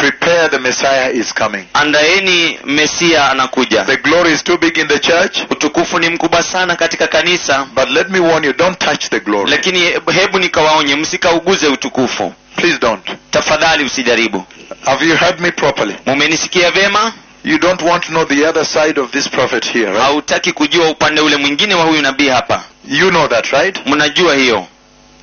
Angalia the Messiah is coming. andaeni mesia anakuja The glory is too big in the church, utukufu ni mkubwa sana katika kanisa but let me warn you, don't touch the glory. lakini hebu- hebu nikawaonye msikauguze utukufu Please don't. tafadhali usijaribu Have you heard me properly? mumenisikia vema You don't want to know the other side of this prophet here, right? hautaki kujua upande ule mwingine wa huyu nabii hapa You know that, right? mnajua hiyo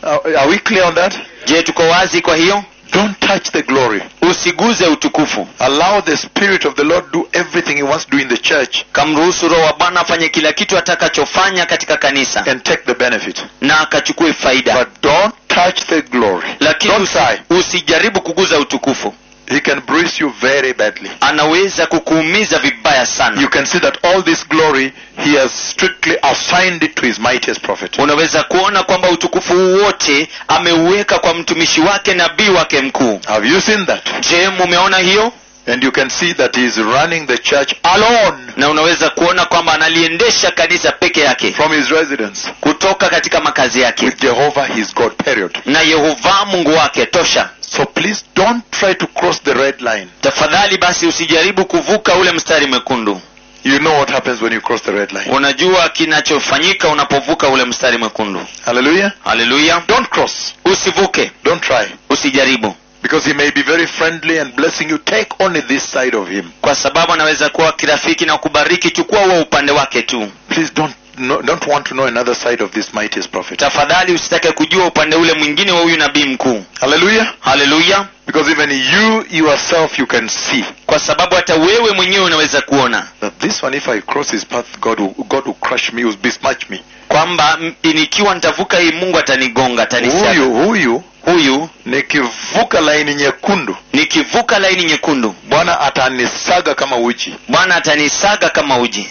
Are are we clear on that? je tuko wazi kwa hiyo Don't touch the glory. usiguze utukufu Allow the Spirit of the Lord do everything He wants to do in the church kamruhusu roho wa bwana afanye kila kitu atakachofanya katika kanisa and take the benefit. na akachukue faida But don't touch the glory. lakini Don't usi, try. usijaribu kuguza utukufu He can bruise you very badly. anaweza kukuumiza vibaya sana You can see that all this glory He has strictly assigned it to His mightiest prophet. unaweza kuona kwamba utukufu huu wote ameuweka kwa mtumishi wake nabii wake mkuu Have you seen that? je mumeona hiyo And you can see that He is running the church alone na unaweza kuona kwamba analiendesha kanisa peke yake from His residence kutoka katika makazi yake with Jehovah His God. Period. na yehova mungu wake tosha So please don't try to cross the red line. tafadhali basi usijaribu kuvuka ule mstari mwekundu You know what happens when you cross the red line. unajua kinachofanyika unapovuka ule mstari mwekundu Hallelujah. haleluya Don't cross. usivuke Don't try. usijaribu Because he may be very friendly and blessing you. Take only this side of him. kwa sababu anaweza kuwa kirafiki na kubariki chukua huo upande wake tu Please don't no, don't want to know another side of this mightiest prophet. tafadhali usitake kujua upande ule mwingine wa huyu nabii mkuu Hallelujah. haleluya Because even you yourself you can see kwa sababu hata wewe mwenyewe unaweza kuona that this one, if I cross his path, God will God will crush me, will besmirch me. kwamba m- nikiwa nitavuka hii mungu atanigonga atanisaga Huyu huyu huyu nikivuka laini nyekundu nikivuka laini nyekundu Bwana atanisaga kama uchi. bwana atanisaga kama uji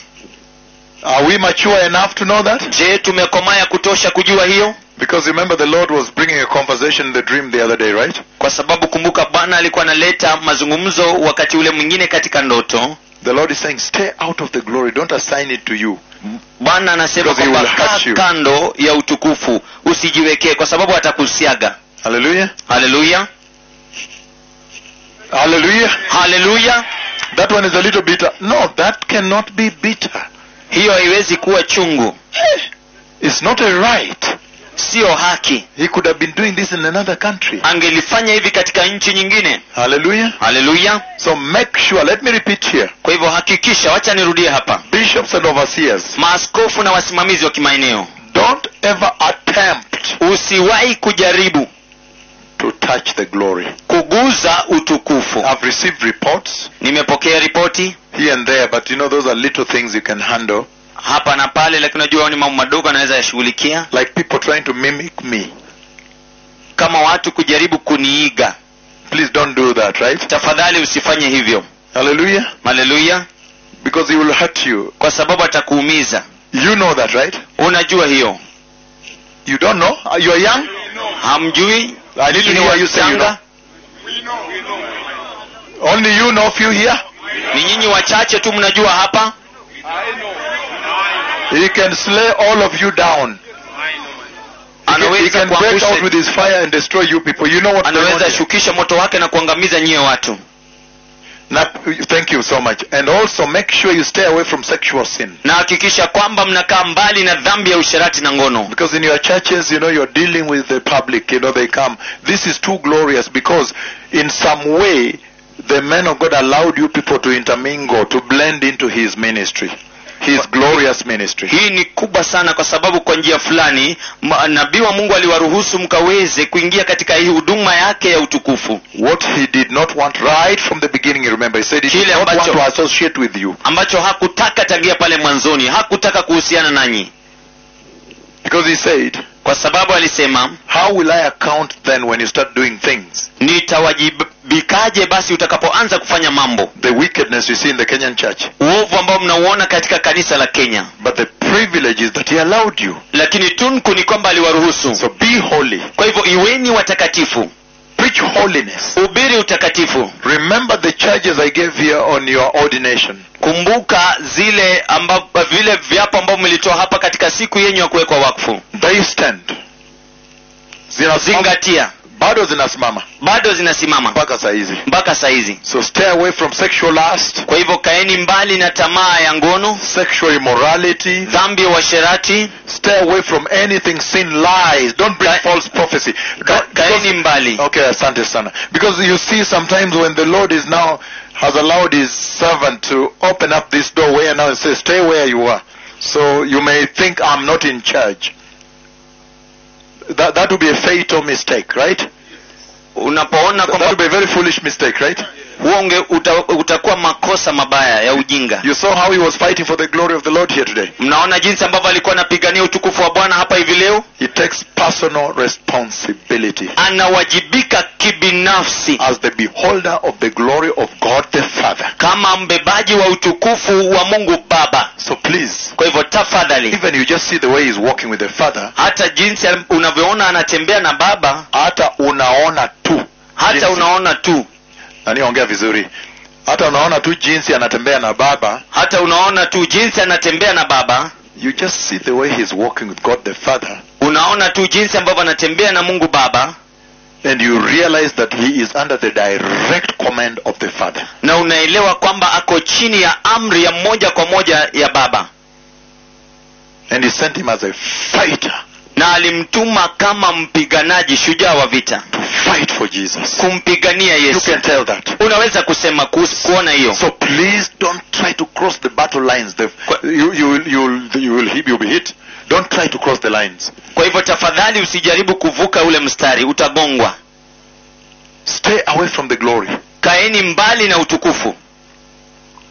Are we mature enough to know that? je tumekomaa ya kutosha kujua hiyo Because remember, the Lord was bringing a conversation in the dream the other day, right? kwa sababu kumbuka bwana alikuwa analeta mazungumzo wakati ule mwingine katika ndoto The Lord is saying, stay out of the glory. Don't assign it to you. bwana anasema Because he kwamba will hurt kaa you." kando ya utukufu usijiwekee kwa sababu atakusiaga Hallelujah. haleluya Hallelujah. haleluya That one is a little bitter. No, that cannot be bitter. hiyo haiwezi kuwa chungu It's not a right. siyo haki He could have been doing this in another country. angelifanya hivi katika nchi nyingine Hallelujah. haleluya So make sure, let me repeat here. kwa hivyo hakikisha wacha nirudie hapa Bishops and overseers, maaskofu na wasimamizi wa kimaeneo don't ever attempt usiwahi kujaribu to touch the glory. kuguza utukufu I've received reports nimepokea ripoti here and there, but you know, those are little things you can handle. hapa na pale lakini unajua ni mambo madogo anaweza yashughulikia Like people trying to mimic me. kama watu kujaribu kuniiga Please don't do that, right? tafadhali usifanye hivyo Hallelujah. haleluya Because he will hurt you. kwa sababu atakuumiza You know that, right? unajua hiyo You don't know? Uh, You're young? hamjui I need to lakini hear you say you know. wachanga Only you know few here. ni nyinyi wachache tu mnajua hapa He can slay all of you down. He can, he anaweza can break out with kuangusha his fire and destroy you people. You know what going on anaweza here? shukisha moto wake na kuangamiza nyiye watu Na- Thank you so much. And also make sure you stay away from sexual sin. na hakikisha kwamba mnakaa mbali na dhambi ya usherati na ngono Because in your churches, you know, you're dealing with the public. You know, they come. This is too glorious because in some way, the man of God allowed you people to intermingle, to blend into his ministry, his glorious ministry. hii ni kubwa sana kwa sababu kwa njia fulani ma- nabii wa mungu aliwaruhusu mkaweze kuingia katika hii huduma yake ya utukufu What he did not want right from the beginning, you remember, he said he did Kile not want ambacho- to associate with you. ambacho hakutaka tangia pale mwanzoni hakutaka kuhusiana nanyi Because he said, kwa sababu alisema How will I account then when you start doing things? nitawajibikaje basi utakapoanza kufanya mambo The wickedness you see in the Kenyan church. uovu ambao mnauona katika kanisa la kenya But the privilege is that he allowed you. lakini tunku ni kwamba aliwaruhusu So be holy. kwa hivyo iweni watakatifu Preach holiness. ubiri utakatifu Remember the charges I gave here on your ordination. kumbuka zile amba, vile viapo ambavyo mlitoa hapa katika siku yenyu ya kuwekwa wakfu They stand. Zina- zingatia bado zinasimama bado zinasimama mpaka saa hizi mpaka saa hizi so stay away from sexual lust kwa hivyo kaeni mbali na tamaa ya ngono sexual immorality dhambi ya uasherati stay away from anything sin lies don't bring Ka- false prophecy ka, Don't- kaeni mbali Okay, asante sana. Because you see, sometimes when the Lord is now has allowed His servant to open up this doorway and now he says, "Stay where you are," so you may think I'm not in charge. That that would be a fatal mistake, right? unapoona That kwamba would be a very foolish mistake, right? huo unge- uta, utakuwa makosa mabaya ya ujinga You saw how he was fighting for the glory of the Lord here today. mnaona jinsi ambavyo alikuwa anapigania utukufu wa bwana hapa hivi leo It takes personal responsibility anawajibika kibinafsi as the beholder of the glory of God the Father. kama mbebaji wa utukufu wa mungu baba So please, kwa hivyo tafadhali even you just see the way he's walking with the Father, hata jinsi unavyoona anatembea na baba hata unaona tu hata Jinsi- unaona tu na niongea vizuri hata unaona tu jinsi anatembea na baba hata unaona tu jinsi anatembea na baba you just see the way he's walking with god the father unaona tu jinsi ambavyo anatembea na mungu baba and you realize that he is under the direct command of the father na unaelewa kwamba ako chini ya amri ya moja kwa moja ya baba and he sent him as a fighter na alimtuma kama mpiganaji shujaa wa vita to fight for jesus kumpigania you yesu can tell that unaweza kusema kuhusu- kuona hiyo so please don't try to cross the battle lines the, Kwa- you, you, will- you, will- you will hit, you'll be hit don't try to cross the lines kwa hivyo tafadhali usijaribu kuvuka ule mstari utagongwa stay away from the glory kaeni mbali na utukufu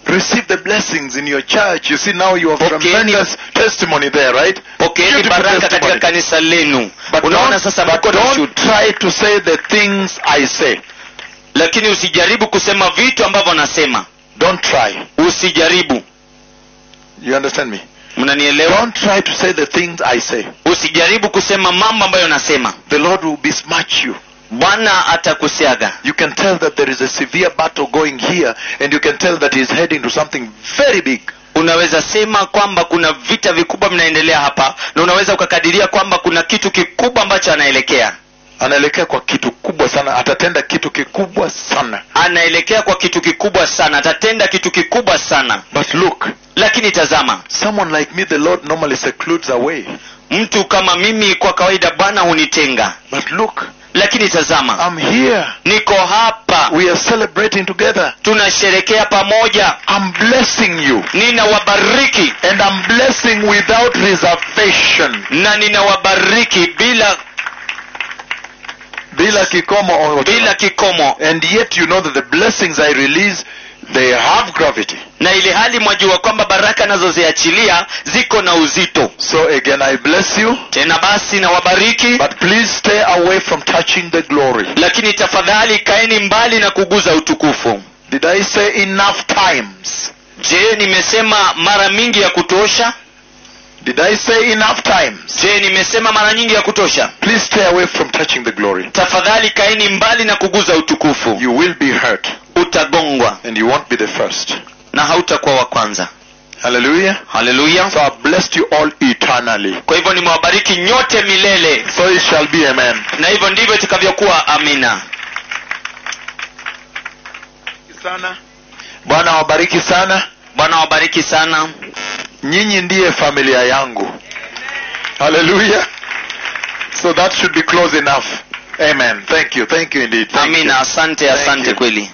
receive the blessings in your church you see now you have Pokeeni- tremendous testimony there right pokeeni Beautiful baraka katika testimony. kanisa lenu But unaona don't- sasa but mko na don't shuti. try to say the things I say. lakini usijaribu kusema vitu ambavyo nasema Don't try. usijaribu You understand me? mnanielewa Don't try to say the things I say. usijaribu kusema mambo ambayo nasema The Lord will besmirch you. bwana atakusiaga You can tell that there is a severe battle going here, and you can tell that He's heading to something very big. unaweza sema kwamba kuna vita vikubwa vinaendelea hapa na unaweza ukakadiria kwamba kuna kitu kikubwa ambacho anaelekea Anaelekea kwa kitu kubwa sana, atatenda kitu kikubwa sana. anaelekea kwa kitu kikubwa sana atatenda kitu kikubwa sana But look, lakini tazama someone like me, the Lord normally secludes away. mtu kama mimi kwa kawaida bwana hunitenga But look, lakini tazama I'm here. niko hapa We are celebrating together. tunasherekea pamoja I'm blessing you. ninawabariki And I'm blessing without reservation. na ninawabariki bila Bila kikomo or bila kikomo And yet you know that the blessings I release, they have gravity. na ili hali mwajua kwamba baraka nazoziachilia ziko na uzito So again, I bless you. tena basi nawabariki But please stay away from touching the glory. lakini tafadhali kaeni mbali na kuguza utukufu Did I say enough times? je nimesema mara mingi ya kutosha Did I say enough times? je nimesema mara nyingi ya kutosha Please stay away from touching the glory. tafadhali kaeni mbali na kuguza utukufu You will be hurt utagongwa and you won't be the first. na hautakuwa wa kwanza Hallelujah. haleluya So I blessed you all eternally. kwa hivyo nimewabariki nyote milele So it shall be amen. na hivyo ndivyo itakavyokuwa amina Sana. Bwana wabariki sana. bwana wabariki sana nyinyi ndiye familia yangu haleluya so that should be close enough amen thank you thank you indeed thank you. amina asante Thank asante you. kweli